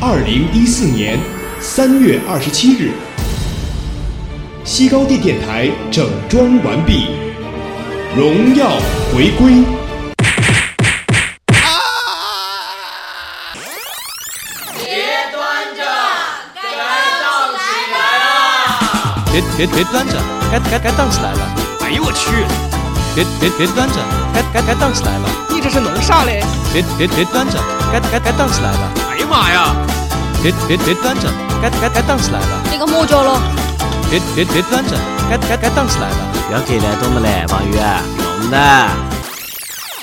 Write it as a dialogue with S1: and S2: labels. S1: 二零一四年三月二十七日，西高地电台整装完毕，荣耀回归。
S2: 别别别端着，该该该荡起来了！
S3: 哎呦我去！
S2: 别别别端着，该该该荡起来了！
S4: 你这是弄啥嘞？
S2: 别别别端着，该该该荡起来了！
S3: 哎呀妈呀！
S2: 别别别端着，该该该荡起来了！
S5: 这个木脚了！
S2: 别别别端着，该该该荡起来了！
S6: 不要给来多么嘞，王宇，弄的。